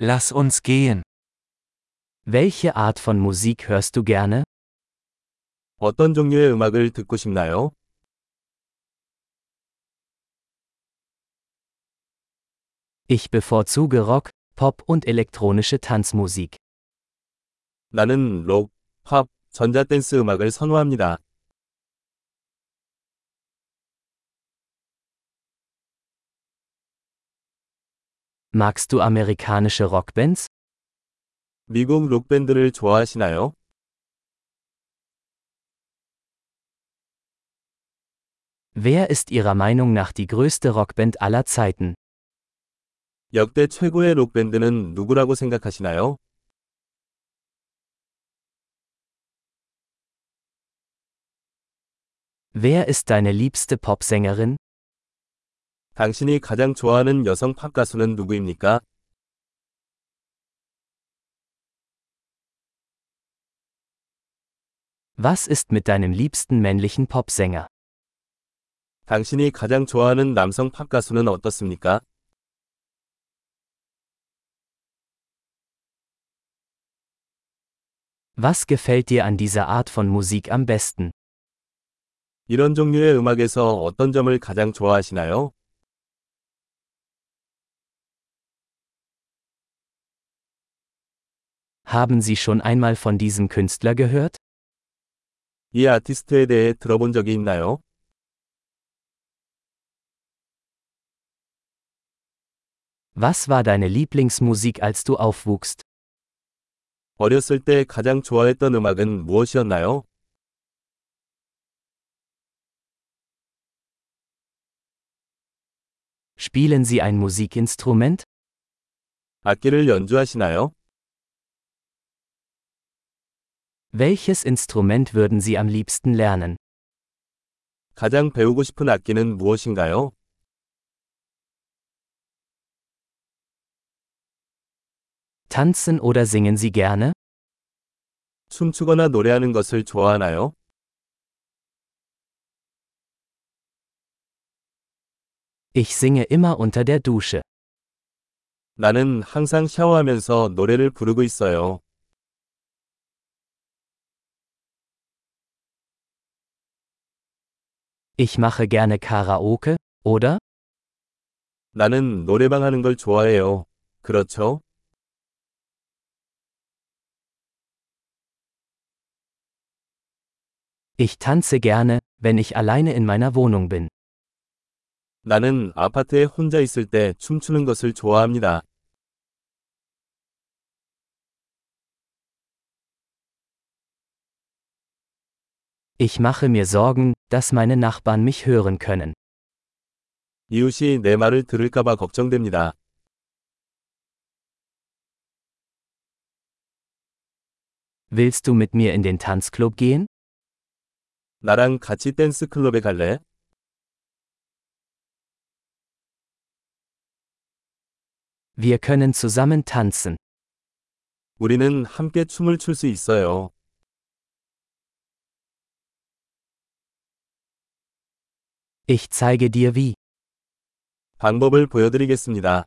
Lass uns gehen. Welche Art von Musik hörst du gerne? 어떤 종류의 음악을 듣고 싶나요? Ich bevorzuge Rock, Pop und elektronische Tanzmusik. 나는 록, 팝, 전자댄스 음악을 선호합니다. Magst du amerikanische Rockbands? 미국 록밴드를 좋아하시나요? Wer ist Ihrer Meinung nach die größte Rockband aller Zeiten? 역대 최고의 록밴드는 누구라고 생각하시나요? Wer ist deine liebste Popsängerin? 당신이 가장 좋아하는 여성 팝 가수는 누구입니까? Was ist mit deinem liebsten männlichen Popsänger? 당신이 가장 좋아하는 남성 팝 가수는 어떻습니까? Was gefällt dir an dieser Art von Musik am besten? 이런 종류의 음악에서 어떤 점을 가장 좋아하시나요? Haben Sie schon einmal von diesem Künstler gehört? 이 아티스트에 대해 들어본 적이 있나요? Was war deine Lieblingsmusik, als du aufwuchst? 어렸을 때 가장 좋아했던 음악은 무엇이었나요? Spielen Sie ein Musikinstrument? 악기를 연주하시나요? Welches Instrument würden Sie am liebsten lernen? 가장 배우고 싶은 악기는 무엇인가요? Tanzen oder singen Sie gerne? 춤추거나 노래하는 것을 좋아하나요? Ich singe immer unter der Dusche. 나는 항상 샤워하면서 노래를 부르고 있어요. Ich mache gerne Karaoke, oder? 나는 노래방 하는 걸 좋아해요. 그렇죠? Ich tanze gerne, wenn ich alleine in meiner Wohnung bin. 나는 아파트에 혼자 있을 때 춤추는 것을 좋아합니다. Ich mache mir Sorgen, dass meine Nachbarn mich hören können. 이웃이 내 말을 들을까봐 걱정됩니다. Willst du mit mir in den Tanzclub gehen? 나랑 같이 댄스 클럽에 갈래? Wir können zusammen tanzen. 우리는 함께 춤을 출 수 있어요. Ich zeige dir wie. 방법을 보여드리겠습니다.